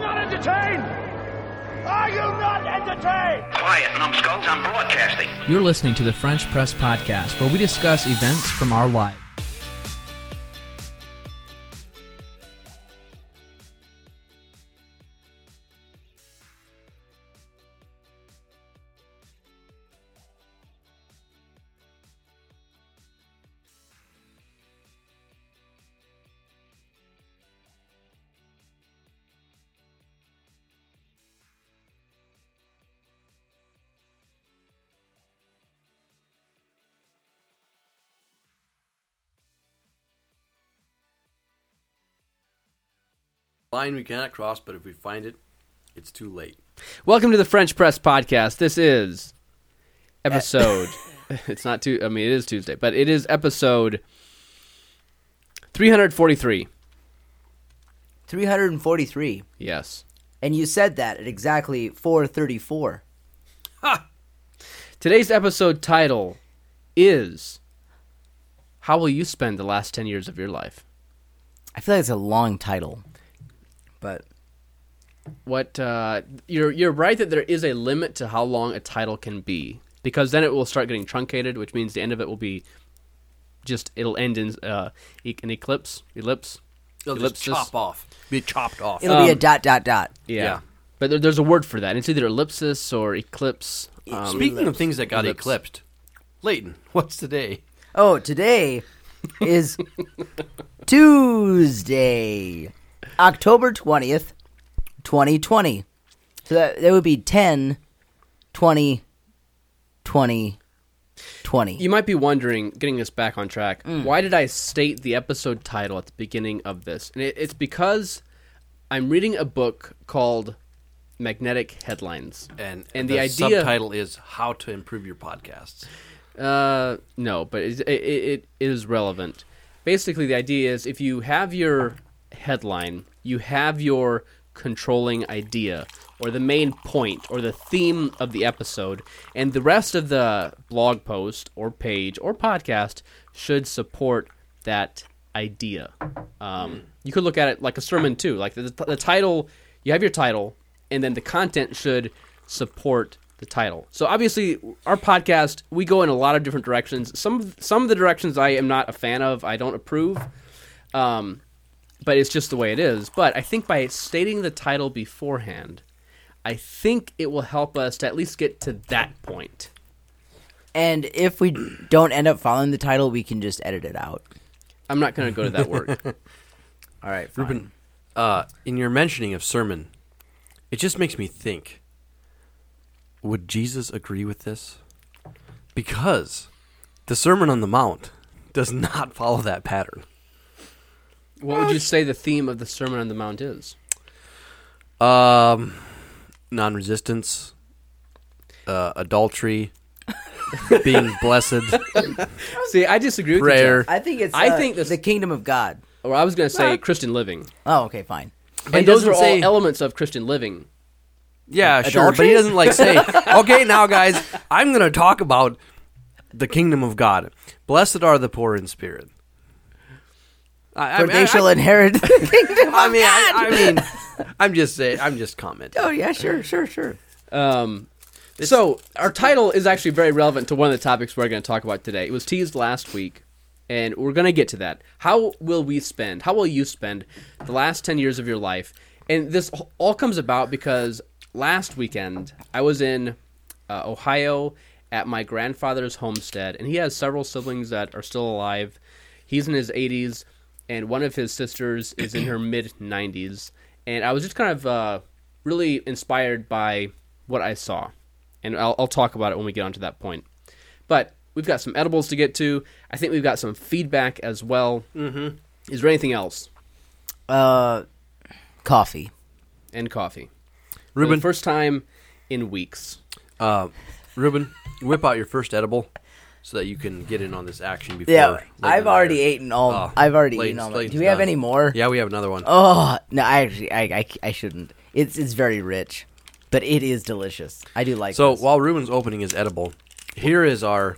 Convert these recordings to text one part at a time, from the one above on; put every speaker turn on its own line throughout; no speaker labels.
entertained? Are you not entertained?
Quiet, numbskulls, I'm broadcasting.
You're listening to the French Press Podcast, where we discuss events from our life.
Line we cannot cross, but if we find it, it's too late.
Welcome to the French Press Podcast. This is episode. it's not too. I mean, it is Tuesday, but it is episode three hundred forty-three.
343.
Yes.
And you said that at exactly 434.
Today's episode title is "How will you spend the last ten years of your life?"
I feel like it's a long title. But
What uh, you're you're right that there is a limit to how long a title can be because then it will start getting truncated, which means the end of it will be just it'll end in uh, e- an eclipse, ellipse,
It'll
Ellipsis.
just chop off. Be chopped off.
it'll be a dot, dot, dot.
Yeah.
Yeah.
But there, there's a word for that. It's either ellipsis or eclipse. Um,
Speaking of things that got
Ellipse.
eclipsed, Leighton, what's today?
Oh, today is Tuesday, October 20th, 2020. So that, that would be 10, 20, 20, 20.
you might be wondering, getting us back on track, why did I state the episode title at the beginning of this? And it, it's because I'm reading a book called Magnetic Headlines.
And,
and the, idea
subtitle is How to Improve Your Podcasts.
Uh, no, but it, it, it is relevant. Basically, the idea is if you have your headline, you have your controlling idea or the main point or the theme of the episode, and the rest of the blog post or page or podcast should support that idea. Um, you could look at it like a sermon too. Like the, the title, you have your title, and then the content should support the title. So obviously, our podcast we go in a lot of different directions. Some of- some of the directions I am not a fan of, I don't approve, um, but it's just the way it is. But I think by stating the title beforehand, I think it will help us to at least get to that point.
And if we don't end up following the title, we can just edit it out.
I'm not going to go to that work.
All right,
Ruben, uh, in your mentioning of sermon, it just makes me think would Jesus agree with this? Because the Sermon on the Mount does not follow that pattern.
what would you say the theme of the Sermon on the Mount is?
Um, non resistance, uh, adultery, being blessed.
See, I disagree with
Prayer.
you. Jeff.
I think it's
I
uh,
think this-
the kingdom of God.
Or I was going to say Christian living.
Oh, okay, fine.
and those
doesn't
are
say-
all elements of Christian living.
Yeah, sure. But he doesn't like say, okay, now guys, I'm going to talk about the kingdom of God. Blessed are the poor in spirit. I, I
For
mean,
they
I-
shall
I-
inherit the kingdom of
I mean,
God.
I, I mean, I'm just saying, I'm just commenting.
oh yeah, sure, sure, sure.
Um, so our title is actually very relevant to one of the topics we're going to talk about today. It was teased last week, and we're going to get to that. How will we spend? How will you spend the last ten years of your life? And this h- all comes about because last weekend I was in uh, Ohio at my grandfather's homestead, and he has several siblings that are still alive. He's in his 80s, and one of his sisters is in her mid 90s. And I was just kind of uh, really inspired by what I saw. And I'll, I'll talk about it when we get onto that point. But we've got some edibles to get to. I think we've got some feedback as well. Mm-hmm. Is there anything else?
Uh, coffee.
And coffee. For the
Ruben,
first time in weeks.
uh, Ruben, whip out your first edible so that you can get in on this action before.
Yeah,
Leighton
I've
and I
already
are-
eaten all.
Oh,
I've already
Leighton's-
eaten all. my
Leighton's
Do we have
done.
any more?
Yeah, we have another one.
Oh no, I actually, I, I, I shouldn't. It's it's very rich, but it is delicious. I do like.
So
this.
while Ruben's opening his edible, here is our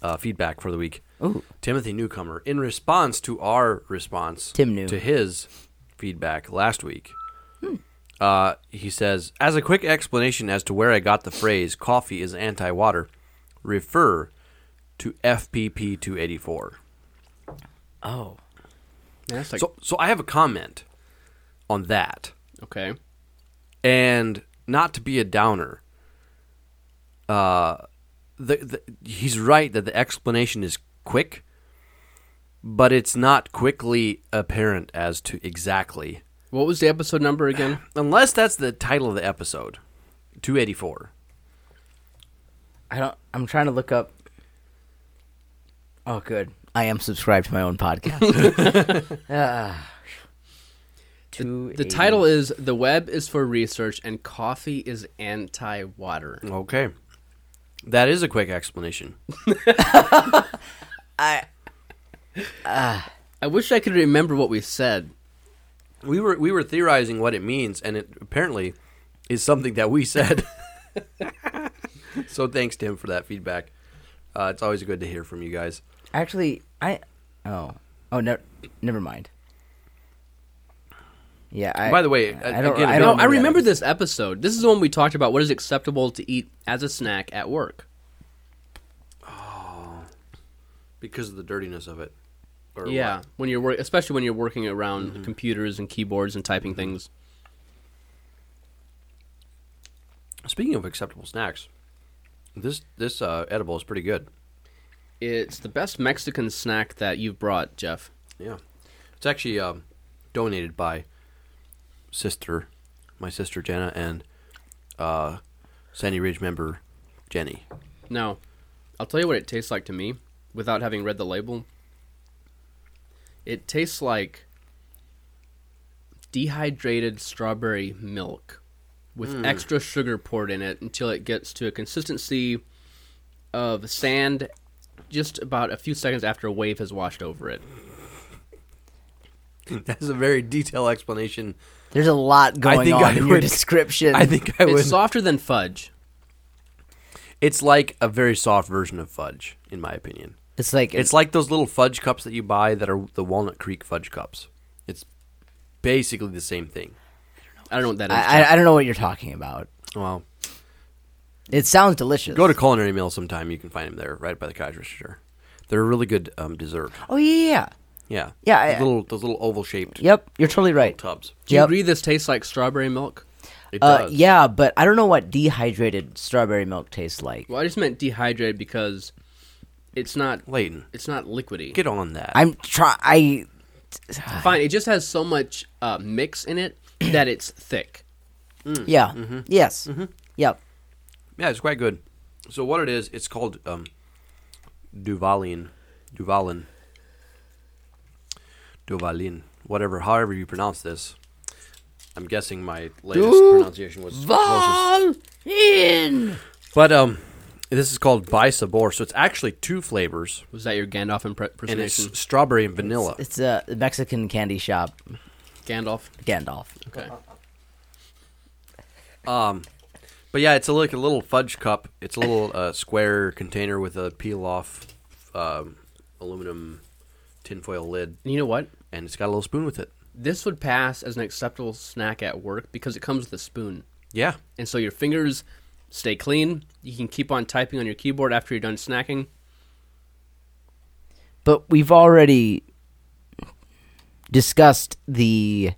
uh, feedback for the week.
Ooh.
Timothy Newcomer, in response to our response
Tim New. Hmm.
to his feedback last week, Uh, he says, as a quick explanation as to where I got the phrase "coffee is anti-water," refer to FPP 284.
Oh,
Yeah, it's like,
So, so I have a comment on that,
okay.
and not to be a downer. Uh, the, the he's right that the explanation is quick, but it's not quickly apparent as to exactly
What was the episode number again?
unless that's the title of the episode, 284.
I don't. I'm trying to look up. Oh, good. I am subscribed to my own podcast. Ah. Two
The
eighty-
title is The Web is for Research and Coffee is Anti Water.
Okay. That is a quick explanation.
I wish I could remember what we said.
We were we were theorizing what it means and it apparently is something that we said. so thanks to him for that feedback. Uh, it's always good to hear from you guys.
Actually, I. Oh. Oh no. Never mind. Yeah. I,
By the way, uh,
I don't.
again,
I,
No,
don't
I remember
that.
this episode. This is the one we talked about what is acceptable to eat as a snack at work.
Because of the dirtiness of it. Or
yeah,
what?
when you're work, especially when you're working around
Mm-hmm.
computers and keyboards and typing things.
Speaking of acceptable snacks, this this uh, edible is pretty good.
It's the best Mexican snack that you've brought, Jeff.
Yeah. It's actually um, donated by sister, my sister Jenna, and uh, Sandy Ridge member Jenny.
Now, I'll tell you what it tastes like to me without having read the label. It tastes like dehydrated strawberry milk with
Hmm.
extra sugar poured in it until it gets to a consistency of sand just about a few seconds after a wave has washed over it.
That's a very detailed explanation.
There's a lot going
think
on
I
in your
would-
description.
I think I would.
It's softer than fudge.
it's like a very soft version of fudge, in my opinion.
it's like
It's like those little fudge cups that you buy that are the Walnut Creek fudge cups. It's basically the same thing.
I don't know what that is.
I, I, I don't know what you're talking about.
Well,
It sounds delicious.
go to Culinary Meal sometime. You can find them there, right by the cash register. They're a really good um, dessert.
Oh yeah, yeah, yeah.
Yeah.
Yeah,
Those
I-
little those little oval shaped
Yep, you're totally right.
tubs.
Do you
Yep.
agree this tastes like strawberry milk?
It
Uh,
does.
yeah, but I don't know what dehydrated strawberry milk tastes like.
Well, I just meant dehydrated because it's not
Leighton,
it's not liquidy.
get on that.
I'm try. I
Fine, it just has so much uh, mix in it that it's thick.
Mm.
yeah.
Mm-hmm.
Yes. Yep.
yeah, it's quite good. So what it is, it's called um, Duvalin, Duvalin, Duvalin, whatever, however you pronounce this. I'm guessing my latest pronunciation was closest.
in.
But um, this is called By Sabor, so it's actually two flavors,
Was that your Gandalf impre-
and it's
impersonation?
strawberry and vanilla.
It's a Mexican candy shop.
Gandalf.
Gandalf.
Uh-huh.
Okay.
Um, But yeah, it's a, like a little fudge cup. It's a little uh, square container with a peel off um, aluminum tinfoil lid,
And you know what?
and it's got a little spoon with it.
This would pass as an acceptable snack at work because it comes with a spoon,
Yeah,
and so your fingers stay clean. You can keep on typing on your keyboard after you're done snacking.
But we've already discussed the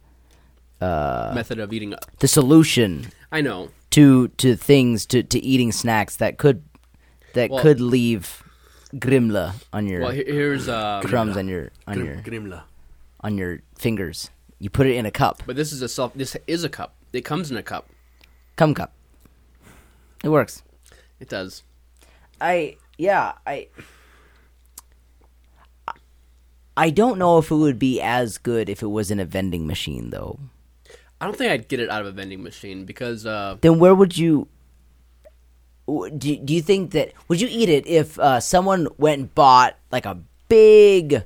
Uh.
Method of eating.
the solution
I know.
to to things to to eating snacks that could that
Well-
could leave grimla on your
Well, he- here's uh,
crumbs on your on your
Grim- Grimla.
on your fingers. You put it in a cup.
but this is a self. This is a cup. It comes in a cup.
Cum cup. It works.
It does.
I yeah, I I don't know if it would be as good if it was in a vending machine though.
I don't think I'd get it out of a vending machine because uh,
Then where would you w- do, do you think that would you eat it if uh, someone went and bought like a big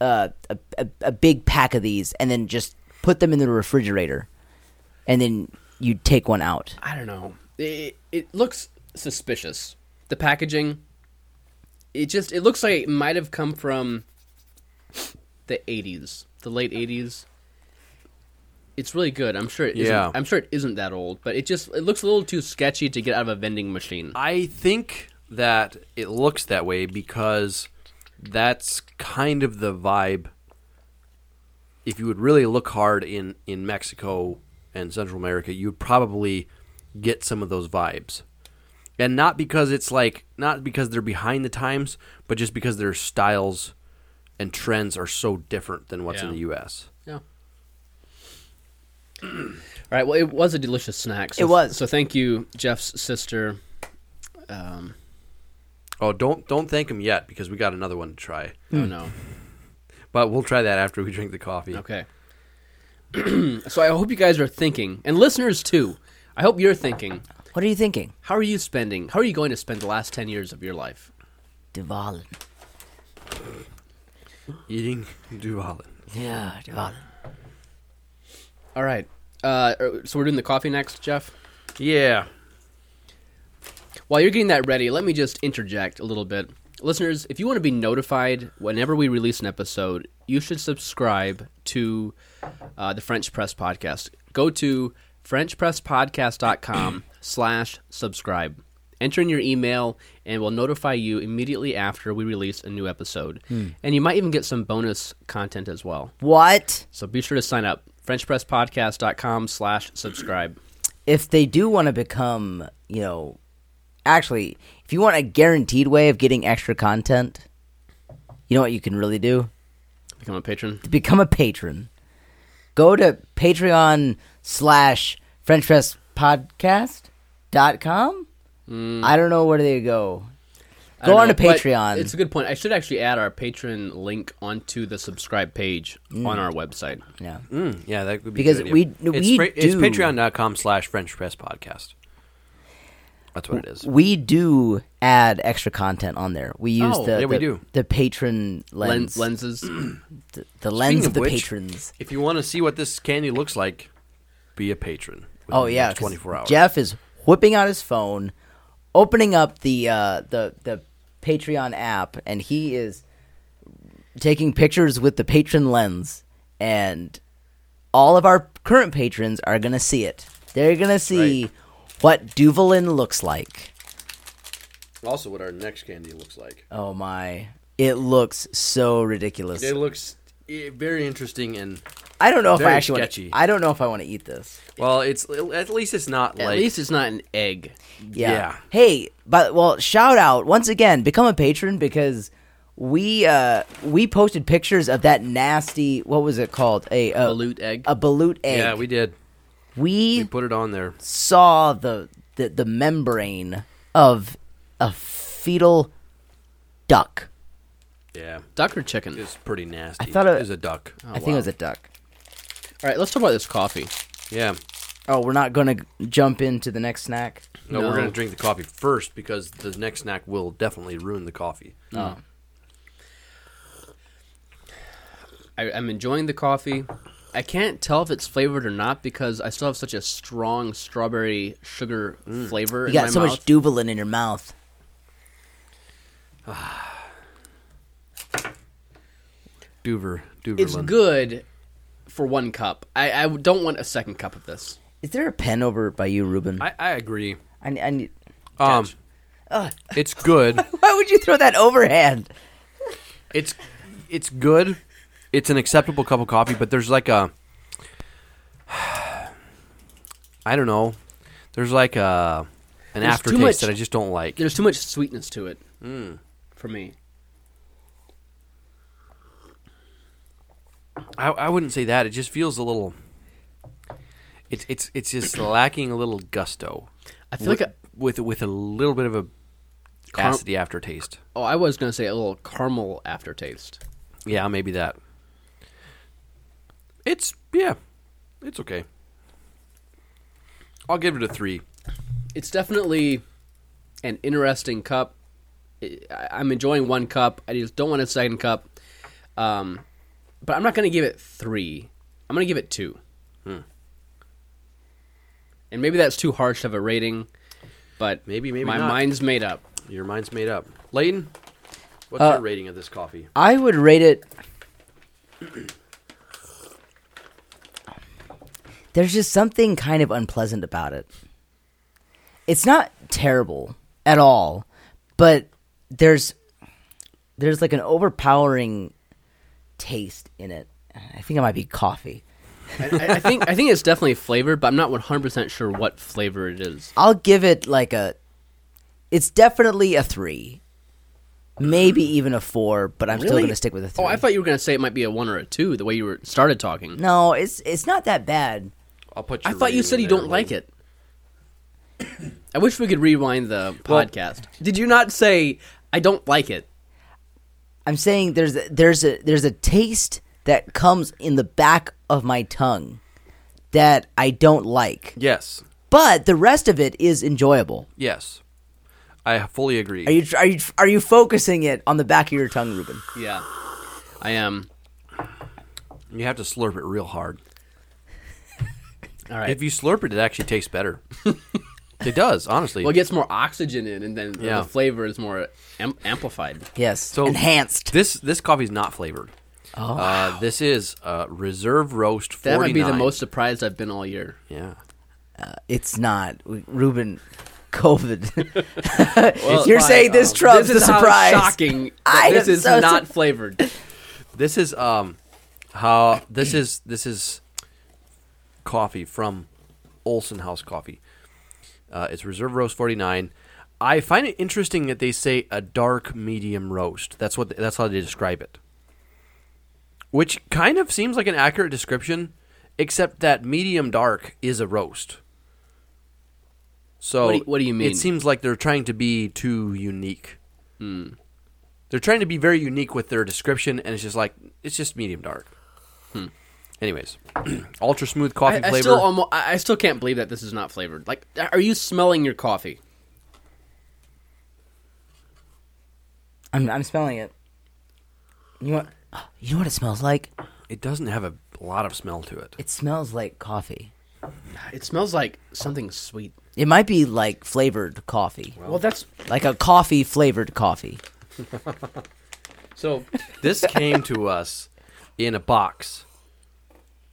uh, a, a, a big pack of these and then just put them in the refrigerator and then you'd take one out
I don't know. It, it looks suspicious. The packaging. It just it looks like it might have come from the 80s, the late 80s. it's really good. I'm sure it isn't,
Yeah.
I'm sure it isn't that old, but it just it looks a little too sketchy to get out of a vending machine.
I think that it looks that way because that's kind of the vibe. If you would really look hard in in Mexico and Central America, you'd probably get some of those vibes. And not because it's like not because they're behind the times, but just because their styles and trends are so different than what's in
Yeah.
the US.
Yeah. All right. Well, it was a delicious snack. So
It was.
So thank you, Jeff's sister. Um,
Oh, don't don't thank them yet because we got another one to try.
oh no.
But we'll try that after we drink the coffee.
Okay. so I hope you guys are thinking, and listeners too. I hope you're thinking.
What are you thinking?
How are you spending? How are you going to spend the last ten years of your life?
Duvalin.
Eating Duvalin.
Yeah, Duvalin.
All right. Uh, er, so we're doing the coffee next, Jeff.
Yeah.
While you're getting that ready, let me just interject a little bit. Listeners, if you want to be notified whenever we release an episode, you should subscribe to uh, the French Press Podcast. Go to frenchpresspodcast.com slash subscribe. Enter in your email, and we'll notify you immediately after we release a new episode. And you might even get some bonus content as well.
What?
So be sure to sign up, frenchpresspodcast.com slash subscribe.
if they do want to become, you know, actually, if you want a guaranteed way of getting extra content, you know what you can really do?
Become a patron.
To become a patron, go to Patreon slash French Press Podcast dot com. I don't know where they go.
I
Go
don't
on to
know, but
Patreon.
It's a good point. I should actually add our Patreon link onto the subscribe page on our website.
yeah.
Mm, yeah, that would be a
Because
good idea.
we-
it's,
we
fra- it's
do-
patreon.com slash French Press Podcast. That's what it is.
We do add extra content on there. We use
Oh,
the
yeah, we
the,
do.
the patron lens,
Lens, lenses.
the, the
Speaking
lens of,
of
the
which-
patrons.
If you want to see what this candy looks like, be a patron. within
Oh
the
yeah,
next
'cause
24 hours.
Jeff is whipping out his phone, opening up the uh, the the Patreon app, and he is taking pictures with the patron lens, and all of our current patrons are gonna see it. They're gonna see what Duvalin looks like.
Also, what our next candy looks like.
Oh my. It looks so ridiculous.
It looks eh, very interesting and,
I don't know if I
very
actually want
sketchy.
I don't know if I want to eat this.
well, it's at least it's not
At
like.
least it's not an egg.
Yeah.
Yeah.
Hey, but well, shout out once again. Become a patron because we uh we posted pictures of that nasty. What was it called? A uh,
Balut egg.
A balut egg.
yeah, we did.
we
We put it on there.
saw the, the the membrane of a fetal duck.
Yeah.
Duck or chicken?
It's pretty nasty.
thought it-
it was a duck. Oh,
I think it was a duck.
All right, let's talk about this coffee.
Yeah.
Oh, we're not gonna jump into the next snack.
No,
No.
we're going to drink the coffee first because the next snack will definitely ruin the coffee.
I, I'm enjoying the coffee. I can't tell if it's flavored or not because I still have such a strong strawberry sugar flavor
You
in
got
my
so
mouth.
much Duvalin in your mouth.
Duver. Duverland.
it's good for one cup. I, I don't want a second cup of this.
Is there a pen over by you, Ruben?
I, I agree.
I, I need.
Um, it's good.
Why would you throw that overhand?
It's it's good. It's an acceptable cup of coffee, but there's like a I don't know. There's like a an
There's too
aftertaste
much-
that I just don't like.
There's too much sweetness to it for me.
I, I wouldn't say that. It just feels a little. It's it's it's just lacking a little gusto.
I feel like a,
with with a little bit of a
Car-
acidy aftertaste.
Oh, I was gonna say a little caramel aftertaste.
Yeah, maybe that. It's yeah, it's okay. I'll give it a three.
It's definitely an interesting cup. I- I'm enjoying one cup. I just don't want a second cup. Um, but I'm not gonna give it three. I'm gonna give it two. Hmm. And maybe that's too harsh of a rating, but
Maybe, maybe
my
not.
mind's made up.
Your mind's made up. Layton, what's
Uh,
your rating of this coffee?
I would rate it. there's just something kind of unpleasant about it. It's not terrible at all, but there's there's like an overpowering taste in it. I think it might be coffee.
I, I think I think it's definitely flavored, but I'm not 100 percent sure what flavor it is.
I'll give it like a. It's definitely a three, maybe even a four, but I'm still
Really?
gonna stick with a three.
Oh, I thought you were gonna say it might be a one or a two. The way you were started talking,
no, it's it's not that bad.
I'll put.
I
your
thought you
rating
said
in
you
there,
don't
Logan.
like it. I wish we could rewind the podcast. Did you not say I don't like it?
I'm saying there's a, there's a there's a taste that comes in the back of my tongue that I don't like,
Yes,
but the rest of it is enjoyable.
yes, I fully agree.
Are you are you are you focusing it on the back of your tongue, Ruben?
Yeah, I am.
You have to slurp it real hard.
All right.
If you slurp it, it actually tastes better. it does, honestly.
well, it gets more oxygen in, and then the-
Yeah.
the flavor is more am- amplified.
Yes,
So
enhanced.
This this coffee is not flavored. Oh, uh, this is uh, reserve roast. 49.
That might be the most surprised I've been all year.
Yeah,
it's not We- Ruben. COVID.
Well,
You're
fine,
saying this
um,
trumps
this is
the
how
surprise.
Shocking! that
I
this
am
is
so sur-
not flavored.
this is um how this is this is coffee from Olson House Coffee. Uh, it's reserve roast forty nine. I find it interesting that they say a dark medium roast. That's what that's how they describe it. Which kind of seems like an accurate description, except that medium dark is a roast. So
What do you- what do you mean?
It seems like they're trying to be too unique. They're trying to be very unique with their description, and it's just like it's just medium dark. Hmm. Anyways, ultra smooth coffee
I,
flavor.
I still almost, I I still can't believe that this is not flavored. Like, are you smelling your coffee?
I'm I'm smelling it. You want you know what it smells like?
It doesn't have a lot of smell to it.
It smells like coffee.
It smells like something sweet.
It might be like flavored coffee,
Well, that's
like a coffee flavored coffee.
so.
This came to us in a box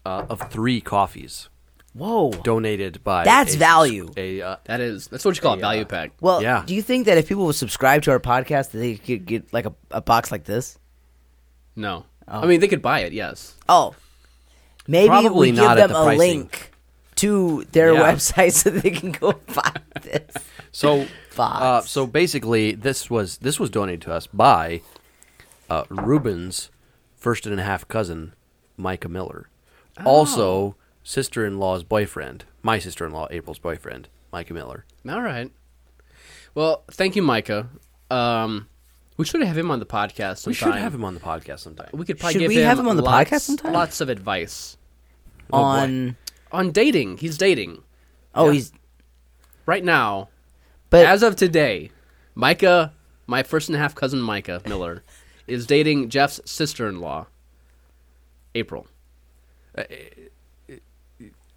uh, of three coffees
Whoa.
donated by.
That's
a-
value.
A, uh,
That is that's what you call a value pack.
Well,
Yeah.
do you think that if people would subscribe to our podcast, that they could get like a, a box like this?
No, I mean they could buy it. Yes,
Oh, maybe
Probably
we give
not at
them
the
a
pricing.
link to their
Yeah.
website so they can go buy this.
so, uh,
Box.
so basically, this was this was donated to us by uh, Ruben's first and a half cousin, Micah Miller,
Oh.
also sister-in-law's boyfriend, my sister-in-law April's boyfriend, Micah Miller.
all right. Well, thank you, Micah. Um, we should have him on the podcast. Sometime.
We should have him on the podcast sometime.
We could probably
Should
give
we
him
have him on the
lots,
podcast sometime?
Lots of advice
Oh, boy.
on
on dating. He's dating
oh he's
right now.
but
As of today, Micah, my first and a half cousin Micah Miller, is dating Jeff's sister-in-law, April.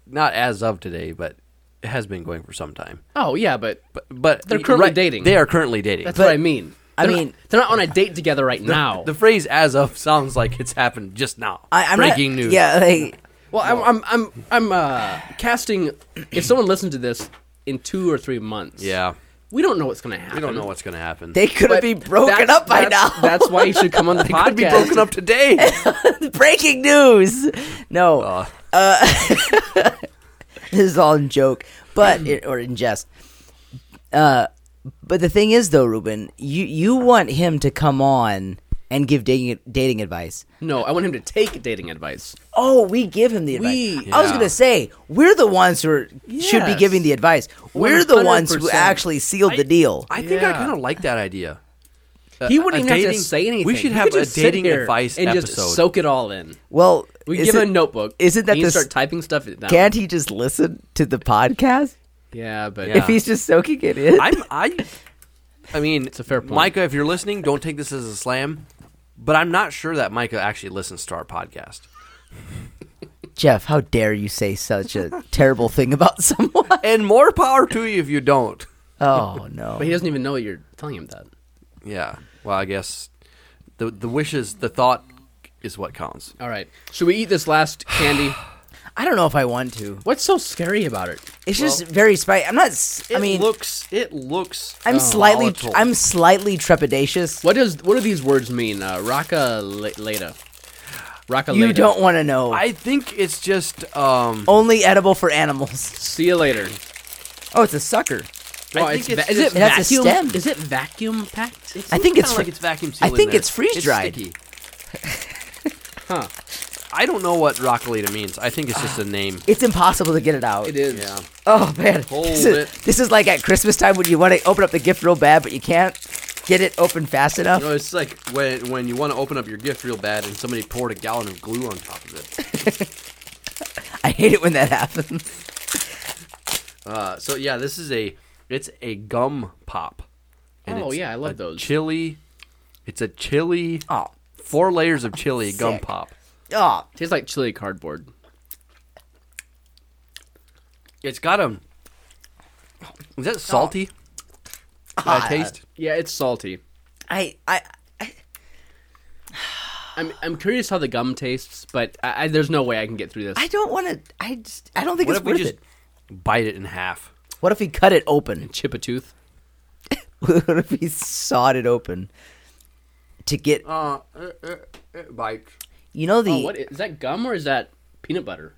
Not as of today, but it has been going for some time.
Oh yeah, but
But, but
They're currently dating.
They are currently dating.
that's what I mean.
I
They're not-
mean-
they're not on a date together right now.
the phrase "as of" sounds like it's happened just now.
I, I'm not-
Breaking news.
Yeah, like
Well, I'm I'm I'm, I'm uh, casting. If someone listens to this in two or three months,
yeah.
we don't know what's going to happen.
We don't know what's going to happen.
they could
But
be broken
that's-
up by
that's-
now.
That's why you should come on the podcast.
could be broken up today.
Breaking news. No, uh. this is all in joke, but it, or in jest. Uh, but the thing is, though, Ruben, you you want him to come on and give dating dating advice.
No, I want him to take dating advice.
Oh, we give him the advice.
We-
I was
Yeah.
gonna say we're the ones who are, should be
Yes.
giving the advice. We're the ones who
100%.
actually sealed the deal.
I think I
Yeah.
kind of like that idea.
he
Uh, a
wouldn't even have
dating-
to say anything.
we should
He
have
could
a
just sit
dating
here
advice
and
episode.
just soak it all in.
well,
We
is
give him
it-
a notebook.
Isn't that
and you
this-
start typing stuff down?
Can't he just listen to the podcast
Yeah, but
Yeah.
if he's just soaking it in?
I'm I. I mean, it's
a fair point.
Micah. If you're listening, don't take this as a slam. But I'm not sure that Micah actually listens to our podcast.
Jeff, how dare you say such a terrible thing about someone?
And more power to you if you don't.
Oh no.
but he doesn't even know you're telling him that.
Yeah. Well, I guess the the wishes, the thought is what counts.
All right, should we eat this last candy?
I don't know if I want to.
What's so scary about it?
It's just very spicy. I'm not. s- I
It
mean,
looks. Oh, It looks. uh,
I'm slightly.
volatile.
I'm slightly trepidatious.
What does what do these words mean? Uh, raka le- leda. Raka
You
leda.
don't want to know.
I think it's just. Um.
Only edible for animals.
See you later.
Oh, it's a sucker.
Oh,
I
it's
think it's
va- is
just-
it
It has a
vacuum?
stem.
Is it vacuum packed?
I think
kinda
it's fr-
like it's vacuum
I
sealed. in
think
there.
it's freeze-dried.
sticky. huh. I don't know what Rockalita means. I think it's just a name.
It's impossible to get it out.
It is.
Yeah.
Oh man, this,
Hold
is,
it.
this is like at Christmas time when you want to open up the gift real bad, but you can't get it open fast enough.
You know, it's like when when you want to open up your gift real bad and somebody poured a gallon of glue on top of it.
I hate it when that happens.
Uh, so yeah, this is a it's a gum pop.
Oh,
it's
yeah, I love
a
those.
Chili. It's a chili.
Oh,
Four layers of chili gum
Sick.
pop.
oh,
Tastes like chili cardboard.
It's got a. Is that salty?
Uh,
That taste.
Uh, Yeah, it's salty.
I, I, I
I'm I'm curious how the gum tastes, but I, I, there's no way I can get through this.
I don't want to. I just, I don't think
What
it's
if we
worth
just
it.
bite it in half?
What if he cut it open?
Chip a tooth.
what if he sawed it open to get?
Uh, it, it, it bites.
You know the
Oh, what i- is that gum or is that peanut butter?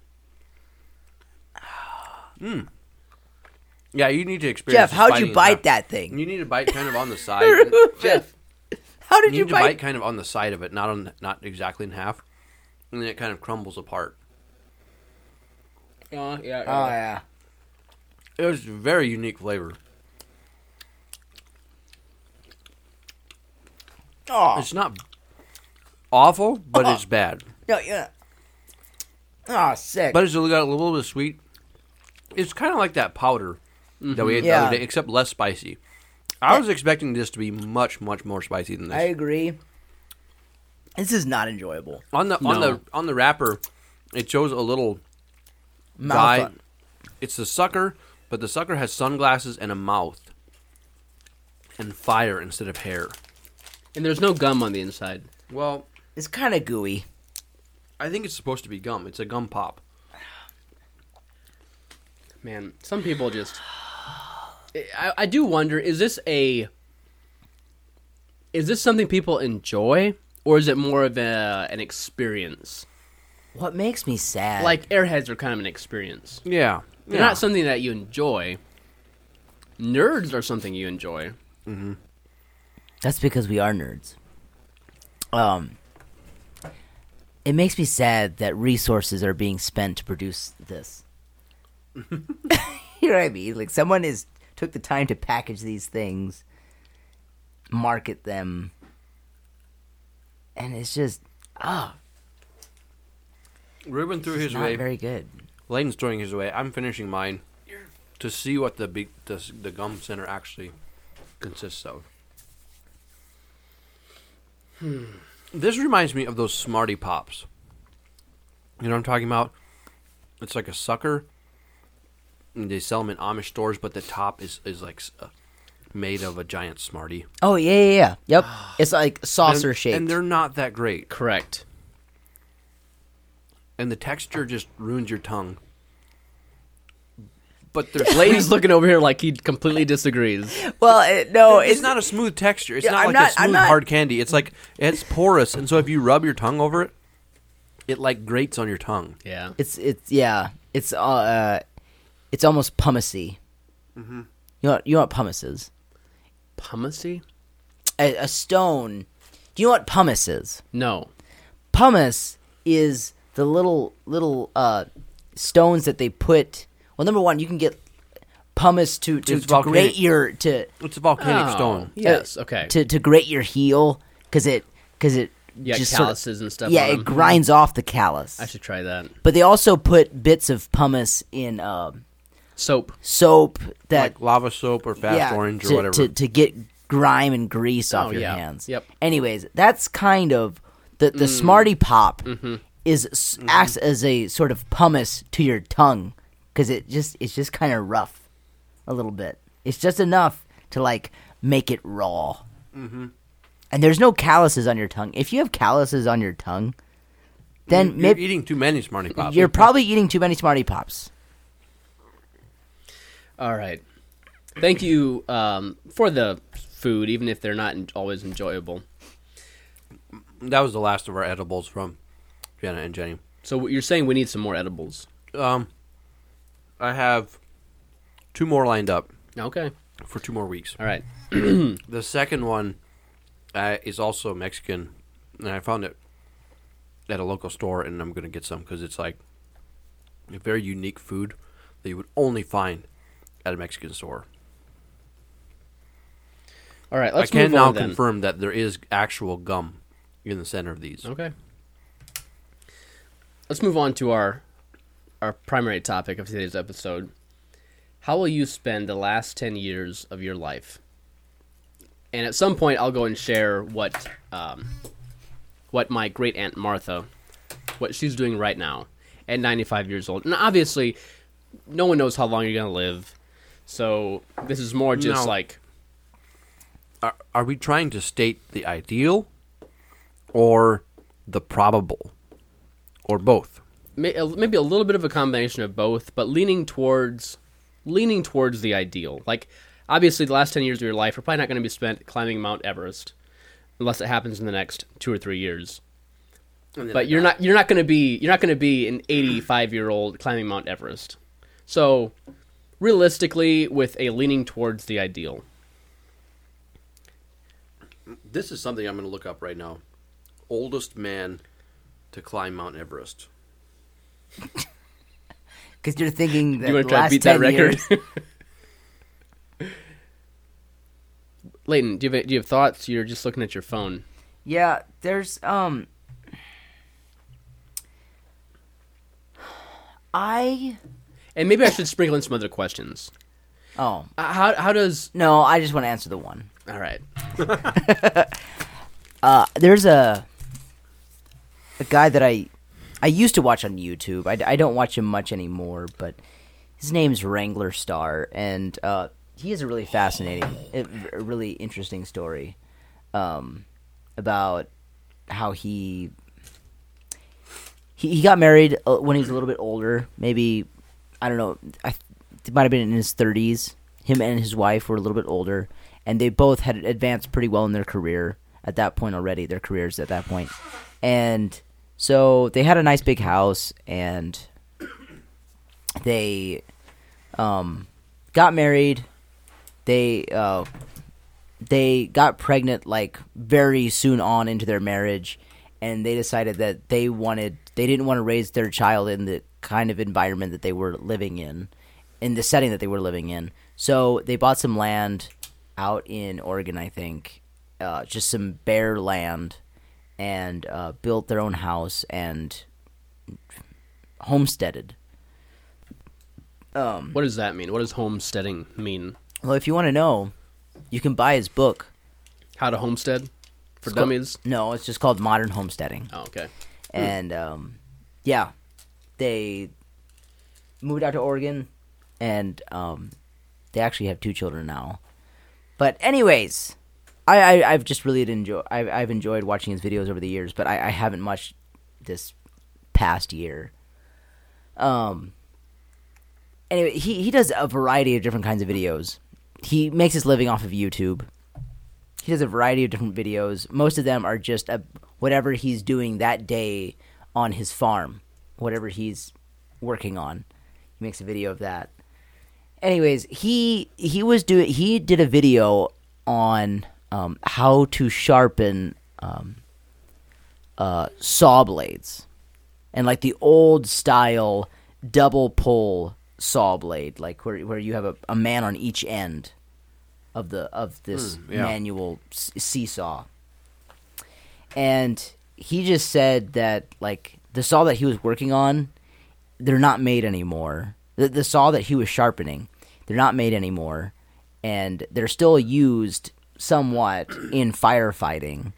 Yeah, you need to experience.
Jeff.
this
How'd
biting
you
in
bite
half.
that thing?
You need to bite kind of on the side. you
Jeff.
How did
need
you
to bite?
bite?
kind of on the side of it, not on not exactly in half, and then it kind of crumbles apart.
Oh yeah.
Oh yeah.
It was a very unique flavor.
Oh
It's not awful, but
Uh-huh.
it's bad.
no, yeah. Oh, sick.
But it's got a little bit of sweet. It's kind of like that powder that we ate the
Mm-hmm. Yeah.
other day, except less spicy. I was expecting this to be much, much more spicy than this.
I agree. This is not enjoyable.
on the
No.
on the on the wrapper, it shows a little
Mouth
guy.
on-
It's the sucker, but the sucker has sunglasses and a mouth and fire instead of hair.
And there's no gum on the inside.
Well,
It's kind of gooey.
I think it's supposed to be gum. It's a gum pop.
Man, some people just. I, I do wonder: is this a? Is this something people enjoy, or is it more of a, an experience?
What makes me sad?
Like airheads are kind of an experience.
Yeah,
They're not something that you enjoy. Nerds are something you enjoy.
that's because we are nerds. Um, it makes me sad that resources are being spent to produce this. you know what I mean? Like someone is took the time to package these things, market them, and it's just
Ruben threw his
not
way.
very good.
Layden's throwing his way. I'm finishing mine to see what the big the, s- the gum center actually consists of.
Hmm.
This reminds me of those Smarty Pops. You know what I'm talking about? It's like a sucker. and They sell them in Amish stores, but the top is is like s- uh, made of a giant Smartie.
Oh yeah, yeah, yeah. Yep. it's like saucer
and,
shaped.
and they're not that great.
Correct.
And the
Uh.
texture just ruins your tongue. But they're
Blade's looking over here like he completely disagrees.
well, it, no,
it's, not a smooth texture. It's
Yeah,
not
I'm
like
not-
a
I'm
smooth
not-
hard candy. It's like it's porous, and so if you rub your tongue over it, it like grates on your tongue.
Yeah.
It's it's yeah. It's uh, uh it's almost pumicey.
Mm-hmm.
You know what, you know what pumice is?
Pumicy?
A, a stone. Do you know what pumice is?
No.
Pumice is the little little uh stones that they put. Well, number one, you can get pumice to to,
It's
to grate
volcanic.
your to uh,
It's a volcanic
Oh,
stone.
Yes. Okay.
to to grate your heel because it because it
Yeah,
just sorta-
calluses and stuff.
yeah
on
it
them.
grinds off the callus.
I should try that.
But they also put bits of pumice in um
Soap.
soap that
Like lava soap or fast orange or
to,
whatever.
To, to get grime and grease off
Oh,
your
yeah.
hands.
Yep. Mm.
Anyways, that's kind of the the Smarty Pop
Mm-hmm.
is s acts as a sort of pumice to your tongue because it just it's just kind of rough a little bit. It's just enough to like make it raw. Mm-hmm. And there's no calluses on your tongue. If you have calluses on your tongue, then
You're
maybe
eating too many Smarty Pops.
you're probably eating too many Smarty Pops.
All right. Thank you um, for the food, even if they're not en- always enjoyable.
that was the last of our edibles from Jenna and Jenny.
So what you're saying we need some more edibles?
Um, I have two more lined up
Okay.
for two more weeks.
All right.
The second one uh, is also Mexican, and I found it at a local store, and I'm gonna get some because it's like a very unique food that you would only find at a Mexican store.
All right. Let's
I can
move
now
on then.
confirm that there is actual gum in the center of these.
Okay. Let's move on to our our primary topic of today's episode. How will you spend the last ten years of your life? And at some point, I'll go and share what um, what my great aunt Martha, what she's doing right now at 95 years old. And obviously, no one knows how long you're gonna live, so this is more just
No.
like
Are, are we trying to state the ideal or the probable or both?
may- a- maybe a little bit of a combination of both, but leaning towards leaning towards the ideal. Like obviously, the last ten years of your life are probably not going to be spent climbing Mount Everest, unless it happens in the next two or three years. But you're not you're not going to be you're not going to be an 85 year old climbing Mount Everest. So realistically, with a leaning towards the ideal.
This is something I'm going to look up right now. Oldest man to climb Mount Everest.
Because you're thinking that
You want to
the
try
last
to beat that
10
record?
years-
Leighton, do you have, do you have thoughts? You're just looking at your phone.
yeah, there's um I
And maybe I should sprinkle in some other questions.
oh,
Uh, How, how does
no, I just want to answer the one.
all right?
Uh, there's a a guy that I I used to watch on YouTube. I, I don't watch him much anymore, but his name's Wrangler Star, and uh, he has a really fascinating, a, a really interesting story um, about how he. He, he got married uh, when he was a little bit older, maybe I don't know. I, th- it might have been in his 30s. Him and his wife were a little bit older, and they both had advanced pretty well in their career at that point already. Their careers at that point, and so they had a nice big house, and they um, got married. They uh, they got pregnant like very soon on into their marriage and they decided that they wanted they didn't want to raise their child in the kind of environment that they were living in in the setting that they were living in so they bought some land out in oregon i think uh, just some bare land and uh, built their own house and homesteaded
What does that mean? What does homesteading mean?
well if you want to know you can buy his book
How to homestead for dummies?
no it's just called modern homesteading
Oh, okay.
and um, yeah, they moved out to Oregon, and um, they actually have two children now. But anyways, I, I I've just really enjoyed I've, I've enjoyed watching his videos over the years, but I, I haven't much this past year. Um. Anyway, he he does a variety of different kinds of videos. He makes his living off of YouTube he does a variety of different videos. Most of them are just a, whatever he's doing that day on his farm, whatever he's working on. He makes a video of that. Anyways, he he was doing he did a video on um, how to sharpen um, uh, saw blades and like the old style double pull saw blade, like where where you have a, a man on each end of the of this
yeah.
manual s- seesaw. And he just said that like the saw that he was working on, they're not made anymore. The, the saw that he was sharpening, they're not made anymore, and they're still used somewhat in firefighting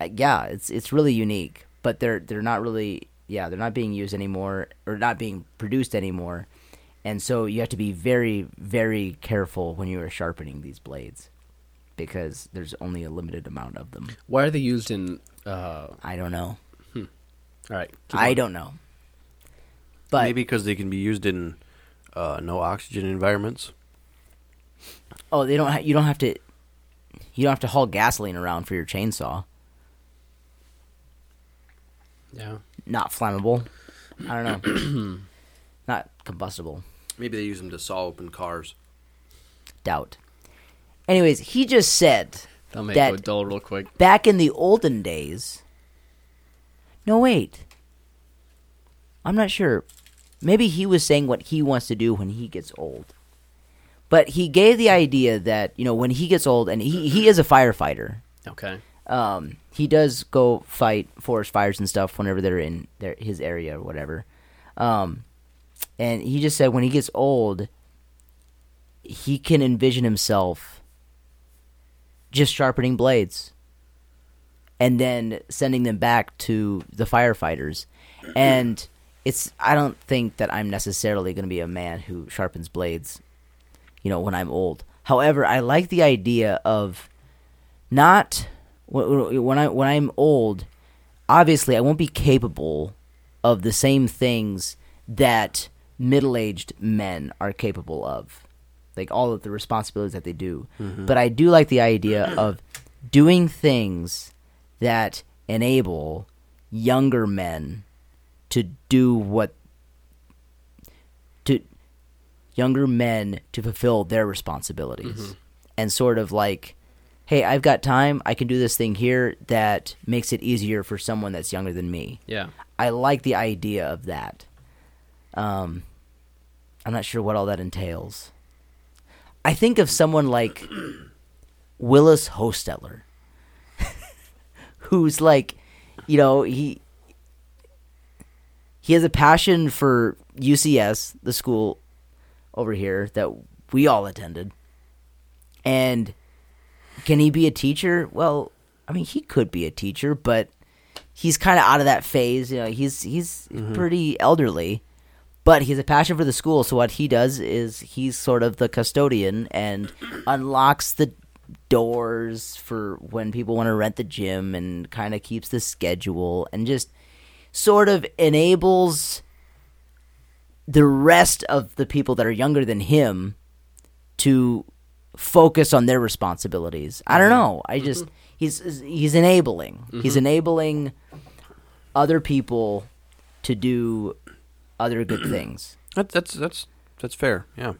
uh, yeah, it's it's really unique, but they're they're not really yeah they're not being used anymore or not being produced anymore, and so you have to be very very careful when you are sharpening these blades, because there's only a limited amount of them.
Why are they used in? Uh,
I don't know.
All right.
I don't know. But
Maybe because they can be used in uh, no oxygen environments.
oh, they don't. Ha- you don't have to. You don't have to haul gasoline around for your chainsaw.
Yeah.
Not flammable. I don't know. Not combustible.
Maybe they use them to saw open cars.
Doubt. Anyways, he just said
That'll make
That-
go dull real quick.
back in the olden days. No, wait. I'm not sure. Maybe he was saying what he wants to do when he gets old. But he gave the idea that, you know, when he gets old, and he, he is a firefighter.
Okay.
Um, he does go fight forest fires and stuff whenever they're in their, his area or whatever. Um, and he just said when he gets old, he can envision himself just sharpening blades and then sending them back to the firefighters. And it's I don't think that I'm necessarily going to be a man who sharpens blades, you know, when I'm old. However, I like the idea of not wh- when I when I'm old. Obviously, I won't be capable of the same things that middle-aged men are capable of, like all of the responsibilities that they do. But I do like the idea of doing things that enable younger men to do what to younger men to fulfill their responsibilities and sort of like hey i've got time i can do this thing here that makes it easier for someone that's younger than me
Yeah.
i like the idea of that um i'm not sure what all that entails i think of someone like willis hosteller who's like you know he he has a passion for ucs the school over here that we all attended. And can he be a teacher? Well, I mean, he could be a teacher, but he's kind of out of that phase. You know, he's he's pretty elderly, but he has a passion for the school. So what he does is he's sort of the custodian and unlocks the doors for when people want to rent the gym and kind of keeps the schedule and just sort of enables the rest of the people that are younger than him to focus on their responsibilities. I don't know. I just he's he's enabling. He's enabling other people to do other good things.
That, that's that's that's fair. Yeah.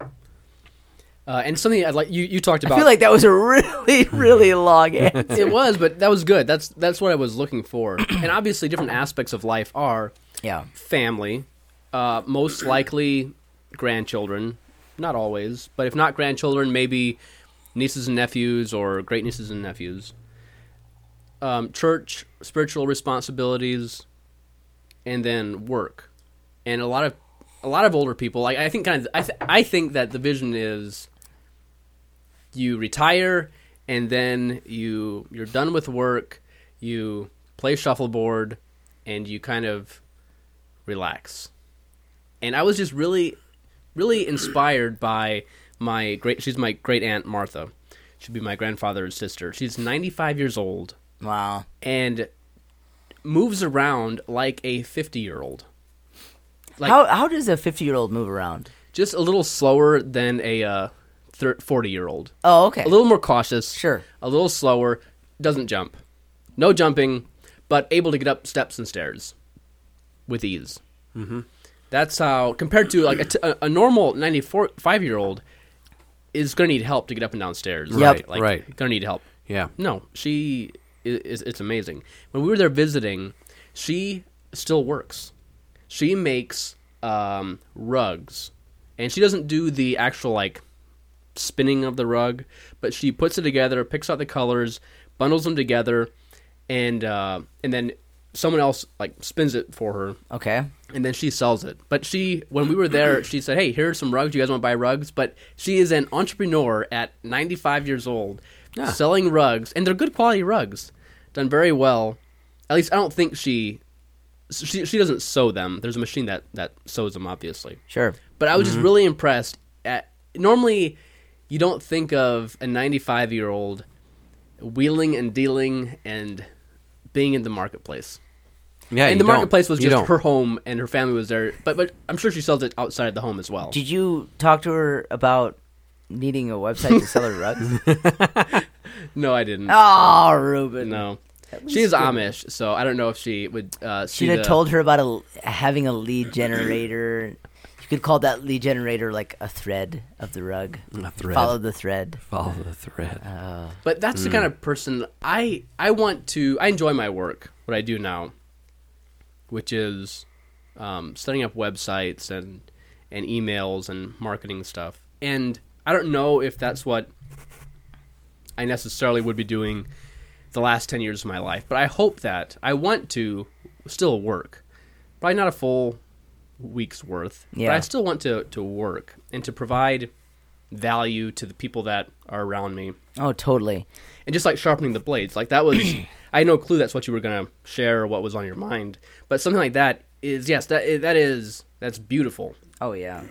Uh, and something I like you you talked about.
I feel like that was a really really long answer.
it was, but that was good. That's that's what I was looking for. and obviously, different aspects of life are
yeah.
family, uh, most likely grandchildren. Not always, but if not grandchildren, maybe nieces and nephews or great nieces and nephews. Um, church, spiritual responsibilities, and then work. And a lot of a lot of older people, like I think, kind of, I, th- I think that the vision is you retire and then you you're done with work, you play shuffleboard, and you kind of relax. And I was just really, really inspired by my great. She's my great aunt Martha. She'd be my grandfather's sister. She's 95 years old
Wow.
and moves around like a 50 year old. Like
how how does a 50-year-old move around?
just a little slower than a uh, thir- 40 year old.
Oh, okay.
A little more cautious.
Sure.
A little slower. Doesn't jump. No jumping, but able to get up steps and stairs with ease. Mm-hmm. That's how, compared to like a, t- a- a normal 94, five year old is going to need help to get up and down stairs.
Yep.
Like,
right.
Going to need help.
Yeah.
No, she i- is. It's amazing. When we were there visiting, she still works. She makes um, rugs, and she doesn't do the actual like spinning of the rug, but she puts it together, picks out the colors, bundles them together, and uh, and then someone else like spins it for her
Okay.
and then she sells it. But she, when we were there, she said, "Hey, here are some rugs. You guys want to buy rugs?" But she is an entrepreneur at 95 years old, selling rugs, and they're good quality rugs, done very well. At least I don't think she, she, she doesn't sew them. There's a machine that that sews them, obviously.
Sure.
But I was just really impressed. At normally, you don't think of a 95 year old wheeling and dealing and being in the marketplace.
Yeah,
and
you
the
don't.
marketplace was
You
just
don't.
her home, and her family was there. But but I'm sure she sells it outside the home as well.
Did you talk to her about needing a website to sell her rugs?
No, I didn't.
oh, Ruben.
No, she's Amish, so I don't know if she would. Uh, see
Should have
the-
told her about a, having a lead generator. You could call that lead generator like a thread of the rug.
A thread.
Follow the thread.
Follow the thread.
But that's the kind of person I I want to. I enjoy my work, what I do now, which is um, setting up websites and and emails and marketing stuff. And I don't know if that's what I necessarily would be doing the last ten years of my life. But I hope that I want to still work, probably not a full week's worth, but
Yeah.
I still want to to work and to provide value to the people that are around me
Oh, totally.
and just like sharpening the blades like that was i had no clue that's what you were going to share or what was on your mind but something like that is yes that i- that is that's beautiful
Oh yeah.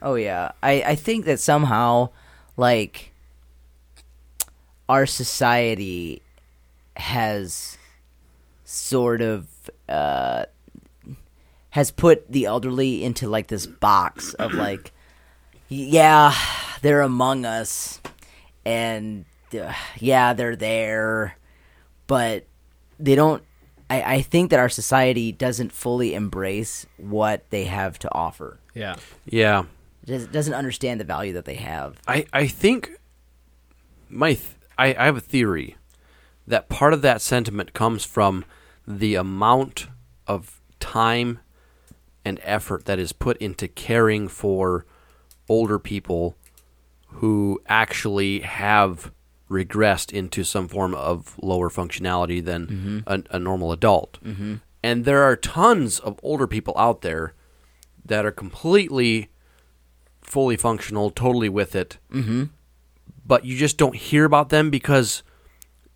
Oh yeah. I I think that somehow like our society has sort of uh has put the elderly into like this box of like yeah, they're among us and uh, yeah, they're there, but they don't I, I think that our society doesn't fully embrace what they have to offer
yeah
yeah.
does, doesn't understand the value that they have.
I, I think my th- I, I have a theory that part of that sentiment comes from the amount of time and effort that is put into caring for older people who actually have regressed into some form of lower functionality than a, a normal adult. And there are tons of older people out there that are completely fully functional, totally with it. Mm-hmm. But you just don't hear about them because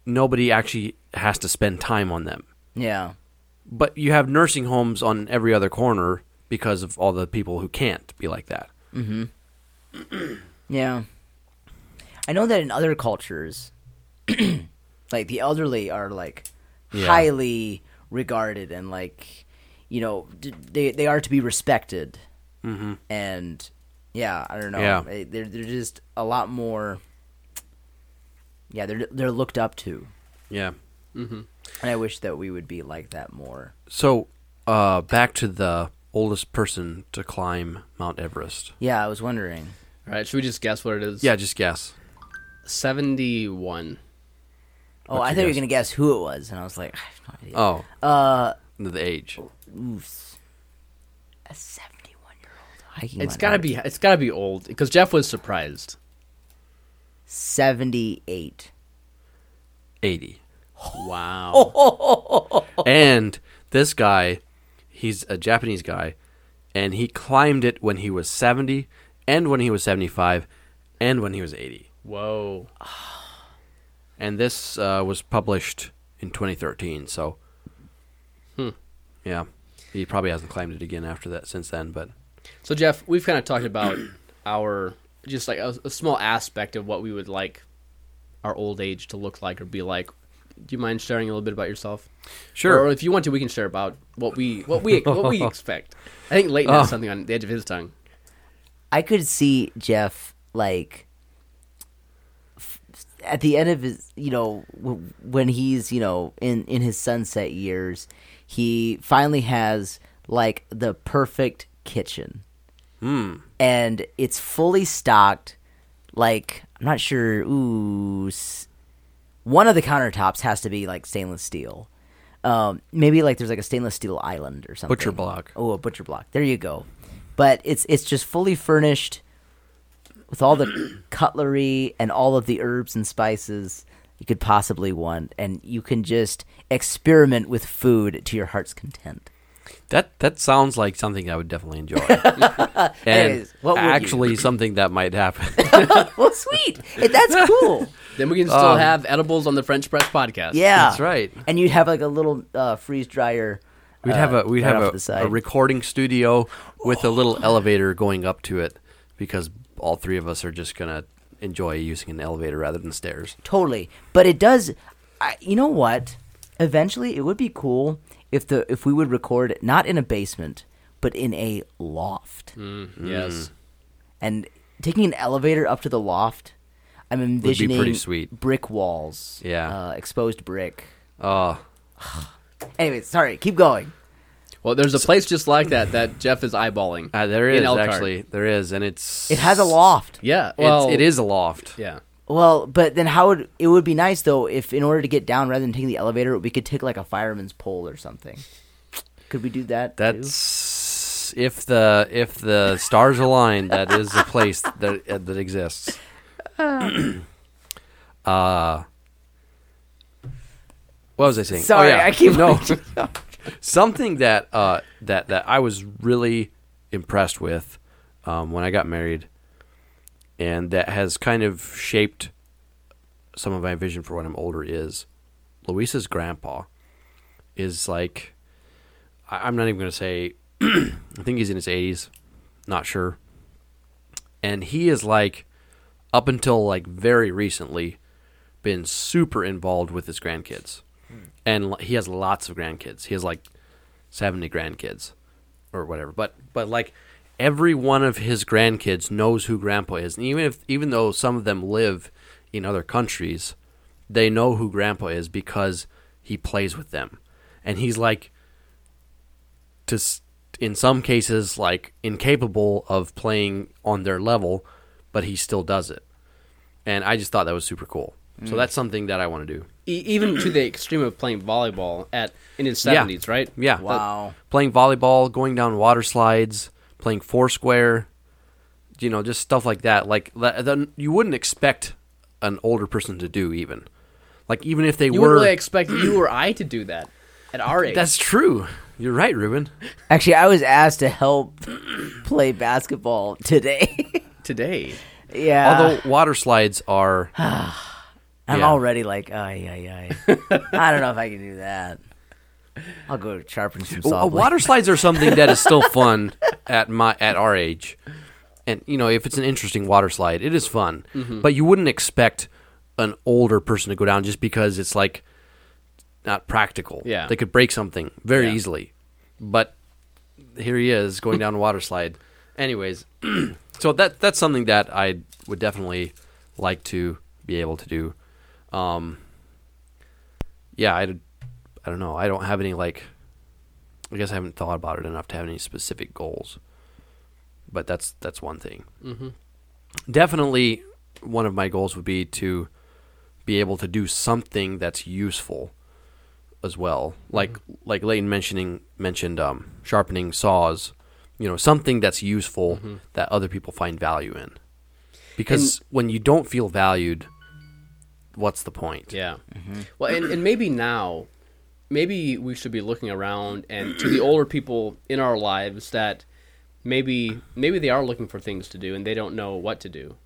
nobody actually has to spend time on them.
Yeah.
But you have nursing homes on every other corner because of all the people who can't be like that.
Yeah. I know that in other cultures, like the elderly are like
Yeah.
highly regarded and like, you know, d- they they are to be respected. Mm-hmm. And yeah, I don't know.
Yeah.
They- They're they're just a lot more. Yeah, they're they're looked up to,
Yeah.
and I wish that we would be like that more.
So uh, back to the oldest person to climb Mount Everest.
Yeah, I was wondering.
all right should we just guess what it is
Yeah, just guess.
71
Oh,
What's
I
your
thought you were
guess?
gonna guess who it was, and I was like, I have no idea.
Oh. Uh, the age.
a 71 year old hiking.
it's
on
got to
Everest.
be it's got to be old because jeff was surprised
78.
80.
wow
and this guy, he's a Japanese guy, and he climbed it when he was 70, and when he was 75, and when he was 80.
whoa
And this uh, was published in 2013, so. hmm, Yeah. He probably hasn't climbed it again after that since then, but.
So Jeff, we've kind of talked about our just like a, a small aspect of what we would like our old age to look like or be like. Do you mind sharing a little bit about yourself?
Sure.
Or if you want to, we can share about what we what we what we expect. I think Leighton
Oh.
has something on the edge of his tongue.
I could see Jeff, like, f- at the end of his, you know, w- when he's, you know, in, in his sunset years, he finally has, like, the perfect kitchen. And it's fully stocked. Like, I'm not sure. Ooh. s- One of the countertops has to be, like, stainless steel. Um, maybe like there's like a stainless steel island or something.
Butcher block.
Oh, a butcher block. There you go. But it's it's just fully furnished with all the cutlery and all of the herbs and spices you could possibly want, and you can just experiment with food to your heart's content.
That that sounds like something I would definitely enjoy.
It
and
is. What would you-
actually something that might happen.
Well, sweet. Hey, That's cool.
Then we can still
Um.
have edibles on the French Press podcast.
Yeah,
That's right.
And you'd have like a little uh, freeze dryer.
We'd have a we'd
right off to
have
the
a,
side.
a recording studio with a little elevator going up to it because all three of us are just gonna enjoy using an elevator rather than stairs.
Totally. But it does. I, you know what? Eventually, it would be cool if the if we would record not in a basement but in a loft
Hmm. Mm-hmm.
Yes.
and taking an elevator up to the loft. I'm
pretty
envisioning
sweet.
brick walls,
Yeah.
uh, exposed brick.
Uh,
Anyways, sorry, keep going.
Well, there's a place just like that that Jeff is eyeballing.
uh, there
in
is
Elkhart.
actually there is, and it's
It has a loft.
Yeah.
It's,
Well,
it is a loft.
Yeah.
Well, but then how would it would be nice though if in order to get down rather than taking the elevator, we could take like a fireman's pole or something. Could we do that? too?
That's if the if the stars align, that is a place that uh, that exists. Uh, what was I saying? Oh,
Sorry, I keep-
no. Something that uh that that I was really impressed with um, when I got married, and that has kind of shaped some of my vision for when I'm older is Luisa's grandpa is like I, I'm not even gonna say I think he's in his eighties, not sure. And he is like up until like very recently been super involved with his grandkids. And l- he has lots of grandkids. He has like 70 grandkids or whatever. But but like every one of his grandkids knows who grandpa is. And even if even though some of them live in other countries, they know who grandpa is because he plays with them. And he's like to s- in some cases like incapable of playing on their level, but he still does it. And I just thought that was super cool.
Hmm.
So that's something that I want to do.
E- even to the extreme of playing volleyball at in his 70s, right?
Yeah.
Wow.
playing volleyball, going down water slides, playing foursquare, you know, just stuff like that. Like that, that you wouldn't expect an older person to do even. Like even if they
You
were
wouldn't really expect you or I to do that at our age.
That's true. You're right, Ruben.
Actually, I was asked to help play basketball today.
today.
yeah,
Ah.
Although water slides are
I'm
yeah.
already like, ay, ay, ay. I don't know if I can do that. I'll go sharpen some
Uh,
saw blades.
water slides are something that is still fun at my at our age, and you know if it's an interesting water slide, it is fun.
Mm-hmm.
But you wouldn't expect an older person to go down just because it's like not practical.
Yeah.
they could break something very
Yeah.
easily. But here he is going down a water slide. Anyways, so that that's something that I would definitely like to be able to do. Um, yeah, I, I don't know. I don't have any like. I guess I haven't thought about it enough to have any specific goals. But that's that's one thing. Mm-hmm. Definitely, one of my goals would be to be able to do something that's useful as well. Like like Leighton mentioning mentioned um, sharpening saws. You know, something that's useful that other people find value in. Because when you don't feel valued, what's the point?
Yeah. Well, and, and maybe now, maybe we should be looking around and to the older people in our lives that maybe maybe they are looking for things to do and they don't know what to do.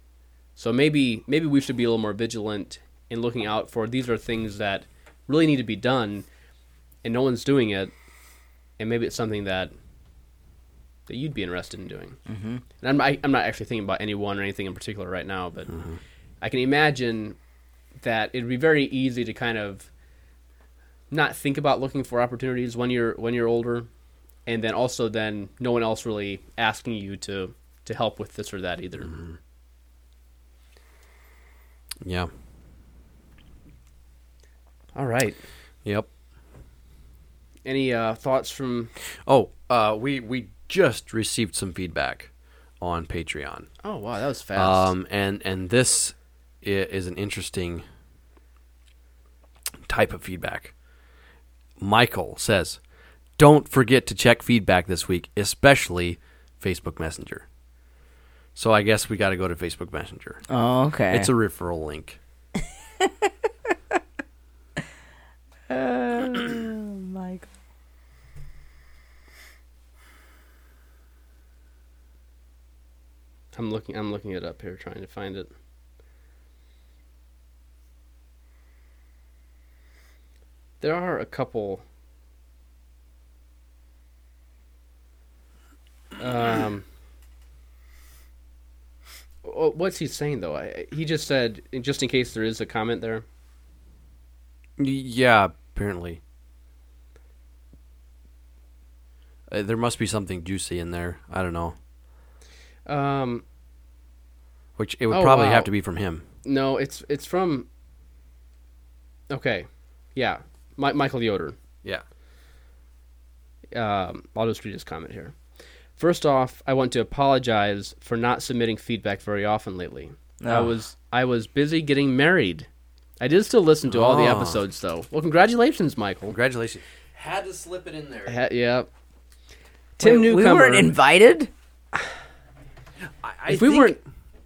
So maybe maybe we should be a little more vigilant in looking out for these are things that really need to be done, and no one's doing it, and maybe it's something that that you'd be interested in doing. Mm-hmm. And I'm I, I'm not actually thinking about anyone or anything in particular right now, but I can imagine that it'd be very easy to kind of not think about looking for opportunities when you're when you're older and then also then no one else really asking you to to help with this or that either
Yeah.
All right
Yep.
any uh, thoughts from
Oh, uh, we we just received some feedback on Patreon,
oh wow that was fast
um, and and this i- is an interesting type of feedback. Michael says, "Don't forget to check feedback this week, especially Facebook Messenger." So I guess we got to go to Facebook Messenger.
Oh, okay.
It's a referral link.
Oh,
I'm looking I'm looking it up here trying to find it there are a couple um wh- what's he saying though I, he just said just in case there is a comment there
Y- Yeah, apparently. Uh, there must be something juicy in there. I don't know.
Um,
Which it would
Oh,
probably
wow.
have to be from him.
no, it's it's from. Okay, yeah, Mi- Michael Yoder.
Yeah.
um, I'll just read his comment here. First off, I want to apologize for not submitting feedback very often lately. I was I was busy getting married. I did still listen to all the
Oh.
episodes though. Well, congratulations, Michael.
Congratulations. Had to slip it in there.
Ha- yeah. Tim
Wait,
Newcomer.
We weren't invited.
if we weren't,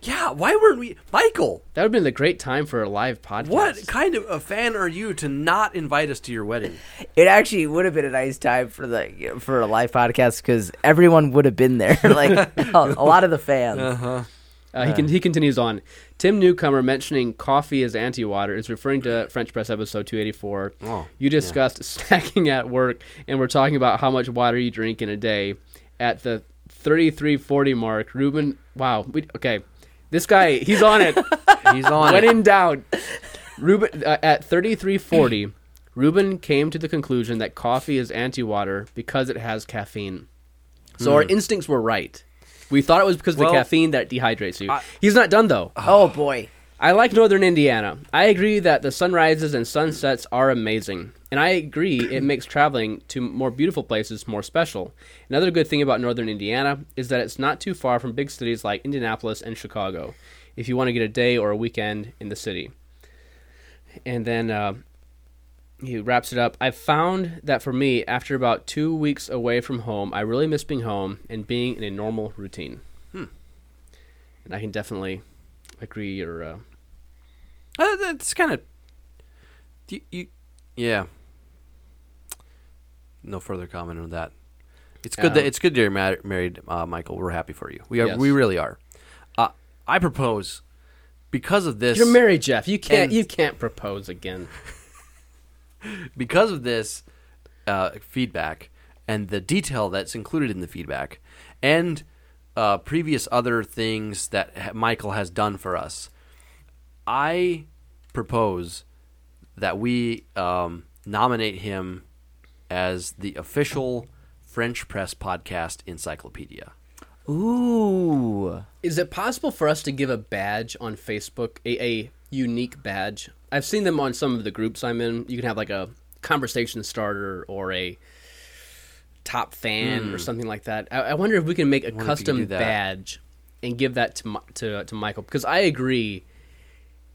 Yeah, why weren't we? Michael,
that would have been the great time for a live podcast.
what kind of a fan are you to not invite us to your wedding?
It actually would have been a nice time for the for a live podcast because everyone would have been there, like a, a lot of the fans.
Uh, he, can, he continues on. Tim Newcomer mentioning coffee as anti water is referring to French Press episode 284.
Oh,
you discussed snacking at work, and we're talking about how much water you drink in a day. At the 3340 mark, Ruben. Wow. We, okay. This guy, he's on it.
He's on
when
it.
in doubt, Ruben uh, at 3340, Ruben came to the conclusion that coffee is anti-water because it has caffeine. So our instincts were right. We thought it was because
Well,
of the caffeine that dehydrates you. He's not done though.
Oh boy,
I like northern Indiana. I agree that the sunrises and sunsets are amazing. And I agree it makes traveling to more beautiful places more special. Another good thing about northern Indiana is that it's not too far from big cities like Indianapolis and Chicago if you want to get a day or a weekend in the city. And then uh, he wraps it up. I found that for me, after about two weeks away from home, I really miss being home and being in a normal routine. Hmm. And I can definitely agree or uh,
Uh, that's kind of. You, you, yeah. No further comment on that. It's good that
Um,
it's good that you're ma- married, uh, Michael. We're happy for you. We are,
Yes.
we really are. Uh, I propose because of this.
You're married, Jeff. You can't
And-
you can't propose again.
because of this uh, feedback and the detail that's included in the feedback and uh, previous other things that ha- Michael has done for us, I propose that we um, nominate him as the official French Press Podcast Encyclopedia.
ooh,
Is it possible for us to give a badge on Facebook, a, a unique badge? I've seen them on some of the groups I'm in. You can have like a conversation starter or a top fan or something like that. Hmm. I, I wonder if we can make a
could
custom
do that.
badge and give that to Mi- to to Michael because I agree.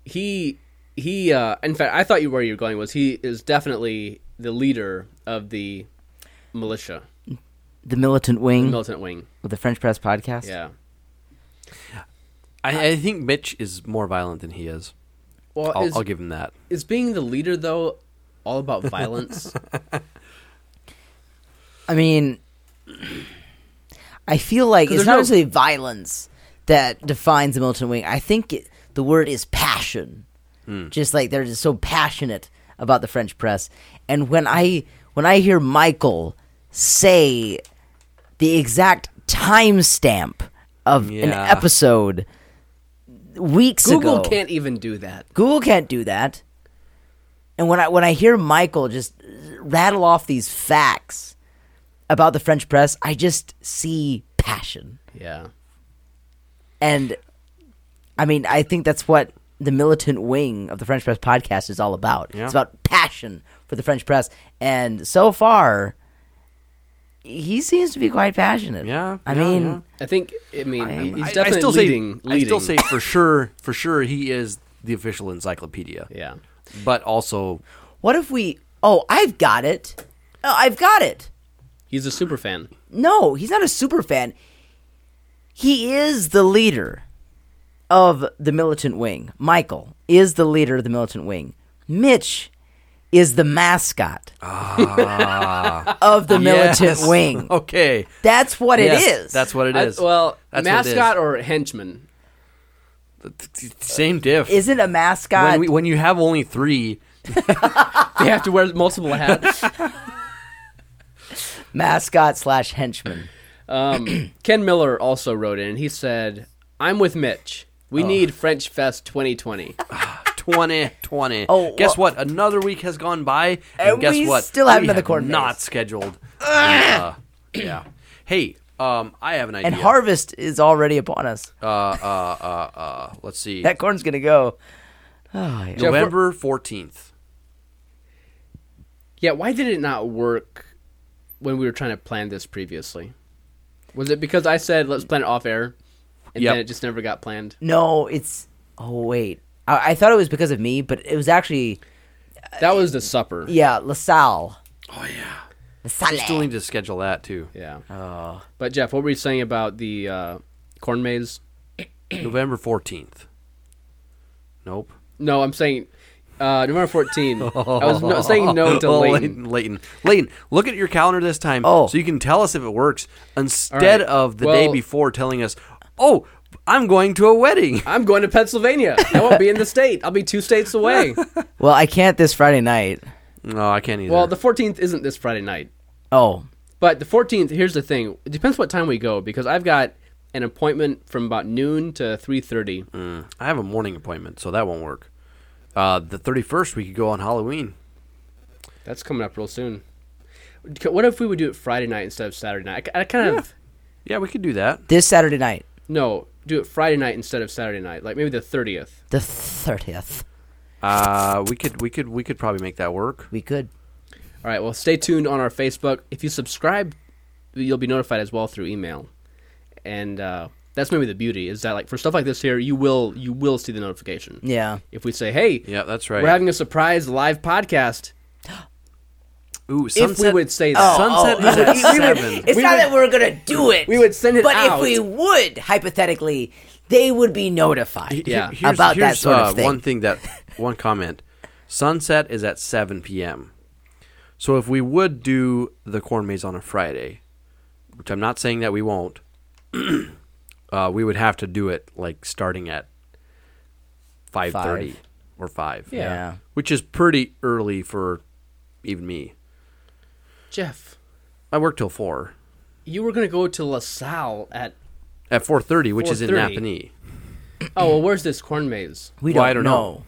He he. Uh, in fact, I thought you where you were going was he is definitely the leader of the militia,
the militant wing
militant wing.
with the French Press podcast.
Yeah.
I, I think Mitch is more violent than he is.
Well,
I'll,
is,
I'll give him that.
is being the leader though all about violence?
I mean, I feel like
'Cause
it's
there's
not
no-
necessarily violence that defines the militant wing. I think it, the word is passion.
Hmm.
Just like they're just so passionate about the French press, and when I when I hear Michael say the exact timestamp of an
Yeah.
episode weeks
Google
ago,
can't even do that.
Google can't do that. And when I when I hear Michael just rattle off these facts about the French press, I just see passion.
Yeah.
And I mean, I think that's what the militant wing of the French press podcast is all about. It's about passion for the French press. And so far, he seems to be quite passionate.
Yeah,
I
yeah,
mean,
yeah.
I think I mean he's
I-
definitely
I still
leading,
say,
leading.
I still say for sure, for sure, he is the official encyclopedia.
yeah.
But also,
what if we? Oh, I've got it. Oh, I've got it.
He's a super fan.
No, he's not a super fan. He is the leader of the militant wing. Michael is the leader of the militant wing. Mitch is the mascot of the militant
Ah. Yes.
wing.
Okay,
That's what
Yes,
it is.
That's what it
I-
is.
well,
That's what it is.
mascot or henchman.
same diff.
Isn't a mascot?
when, we, when you have only three,
They have to wear multiple hats.
mascot slash henchman.
Ken Miller also wrote in. He said, "I'm with Mitch.
Oh.
We need French Fest 2020."
20, 20.
Oh,
guess
well-
what? Another week has gone by, and,
And
guess
we
what?
still have
We
another corn maze.
Not scheduled. the, uh, yeah. Hey, um, I have an idea.
Ah! And harvest is already upon us.
Uh, uh, uh, uh, let's see.
That corn's gonna go. Oh,
November fourteenth.
Yeah, why did it not work when we were trying to plan this previously? Was it because I said let's plan it off air, and
Yep.
then it just never got planned?
No, it's. Oh wait, I, I thought it was because of me, but it was actually
That was the supper.
yeah LaSalle.
Oh yeah.
LaSalle.
Still need to schedule that too.
Yeah.
Oh.
But Jeff, what were you saying about the uh, corn maze?
November fourteenth. Nope.
No, I'm saying uh, November 14. I was no, saying no to
Oh,
Leighton.
Leighton. Leighton, look at your calendar this time
Oh.
so you can tell us if it works
All right.
instead of the day
Well-
before telling us, oh, I'm going to a wedding.
I'm going to Pennsylvania. I won't be in the state. I'll be two states away.
Well, I can't this Friday night.
No, I can't either.
well, the 14th isn't this Friday night.
Oh,
But the 14th, here's the thing. It depends what time we go because I've got an appointment from about noon to 3:30.
Mm, I have a morning appointment, so that won't work. Uh, the 31st, we could go on Halloween.
That's coming up real soon. C- What if we would do it Friday night instead of Saturday night? I, I kind of
Yeah, we could do that.
this Saturday night,
no, do it Friday night instead of Saturday night. Like maybe the 30th.
the thirtieth,
Uh, we could, we could, we could probably make that work.
we could.
All right. Well, stay tuned on our Facebook. If you subscribe, you'll be notified as well through email. And uh, that's maybe the beauty is that like for stuff like this here, you will you will see the notification.
Yeah.
If we say, hey,
Yeah, that's right.
we're having a surprise live podcast.
Ooh, sunset,
would say that.
sunset
Oh,
is at
we would-
seven.
It's
We
not
would-
that we're gonna do it.
we would send it
but
out.
if we would, hypothetically, they would be notified.
Yeah.
Here- here's-
about that
here's,
sort of
uh,
thing.
One thing that one comment. Sunset is at 7 p.m. So if we would do the corn maze on a Friday, which I'm not saying that we won't, uh, we would have to do it like starting at 5:30
Five.
or 5.
Yeah.
Which is pretty early for even me.
oh.
Jeff,
I work till 4
you were gonna go to LaSalle at
at 4:30, which is in
4:30.
Napanee.
oh well, where's this corn maze?
We
Well,
don't,
I don't know.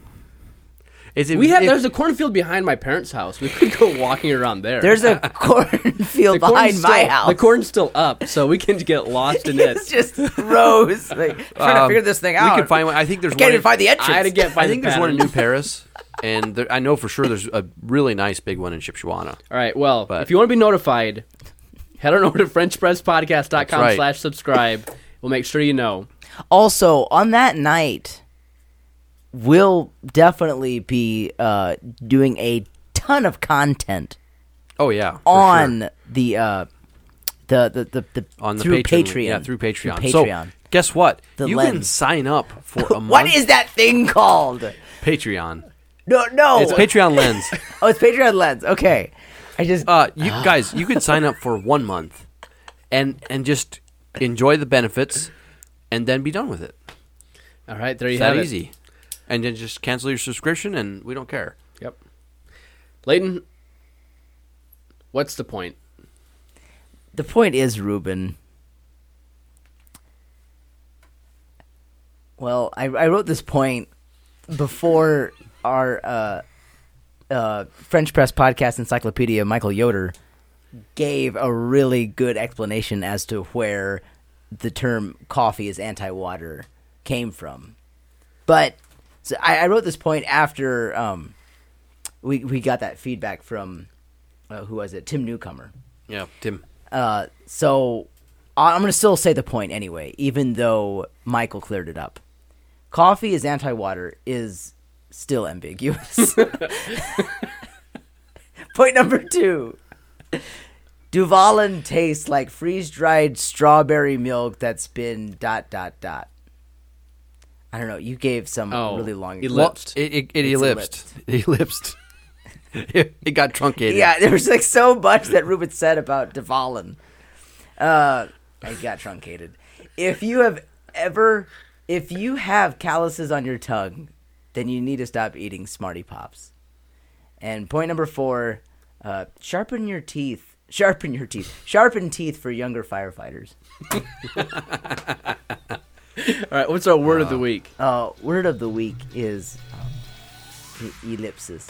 Is it
We have
if-
there's a cornfield behind my parents' house. We could go walking around there.
There's a cornfield
corn's
behind my
still-
house.
The corn's still up, so we can get lost in it.
it's just rows. Like, trying
Um,
to figure this thing
we
out.
could find one- I think there's
I can't
one
even
in-
find the entrance.
I had to get.
I
by the
think there's one in
pattern.
New Paris, and there, I know for sure there's a really nice big one in Shipshewana.
All right. Well,
But-
if you want to be notified, head on over to FrenchPressPodcast.com
right.
slash subscribe. We'll make sure you know.
Also, on that night, we'll definitely be uh, doing a ton of content
Oh yeah, for
on
sure.
the. Uh, the, the, the, the
on the
through
Patreon.
Patreon.
yeah, through Patreon.
Patreon.
So guess what?
The
you can
lens.
sign up for a month.
what is that thing called?
Patreon?
No, no.
It's Patreon Lens.
oh, it's Patreon Lens. Okay. I just
Uh, you guys, you can sign up for one month, and and just enjoy the benefits, and then be done with it.
All right. There you
It's that
have it.
easy. And then just cancel your subscription, and we don't care.
Yep. Layton, what's the point?
the point is, Ruben. Well, I, I wrote this point before our uh, uh, French Press podcast encyclopedia, Michael Yoder, gave a really good explanation as to where the term coffee is anti water came from. But so I, I wrote this point after um, we, we got that feedback from, uh, who was it? Tim Newcomer.
Yeah, Tim.
Uh, so I- I'm going to still say the point anyway, even though Michael cleared it up. Coffee is anti water is still ambiguous. point number two Duvalin tastes like freeze dried strawberry milk that's been dot dot dot. I don't know. You gave some
Oh,
really long.
ellipsed.
It, it, it
It's
ellipsed. It ellipsed. it, got truncated.
Yeah, there was like so much that Ruben said about Devalin. Uh, it got truncated. If you have ever, if you have calluses on your tongue, then you need to stop eating Smarty Pops. And point number four, uh, sharpen your teeth. Sharpen your teeth. Sharpen teeth for younger firefighters.
All right.
Uh,
What's our word of the week?
Uh, word of the week is um, e- ellipsis.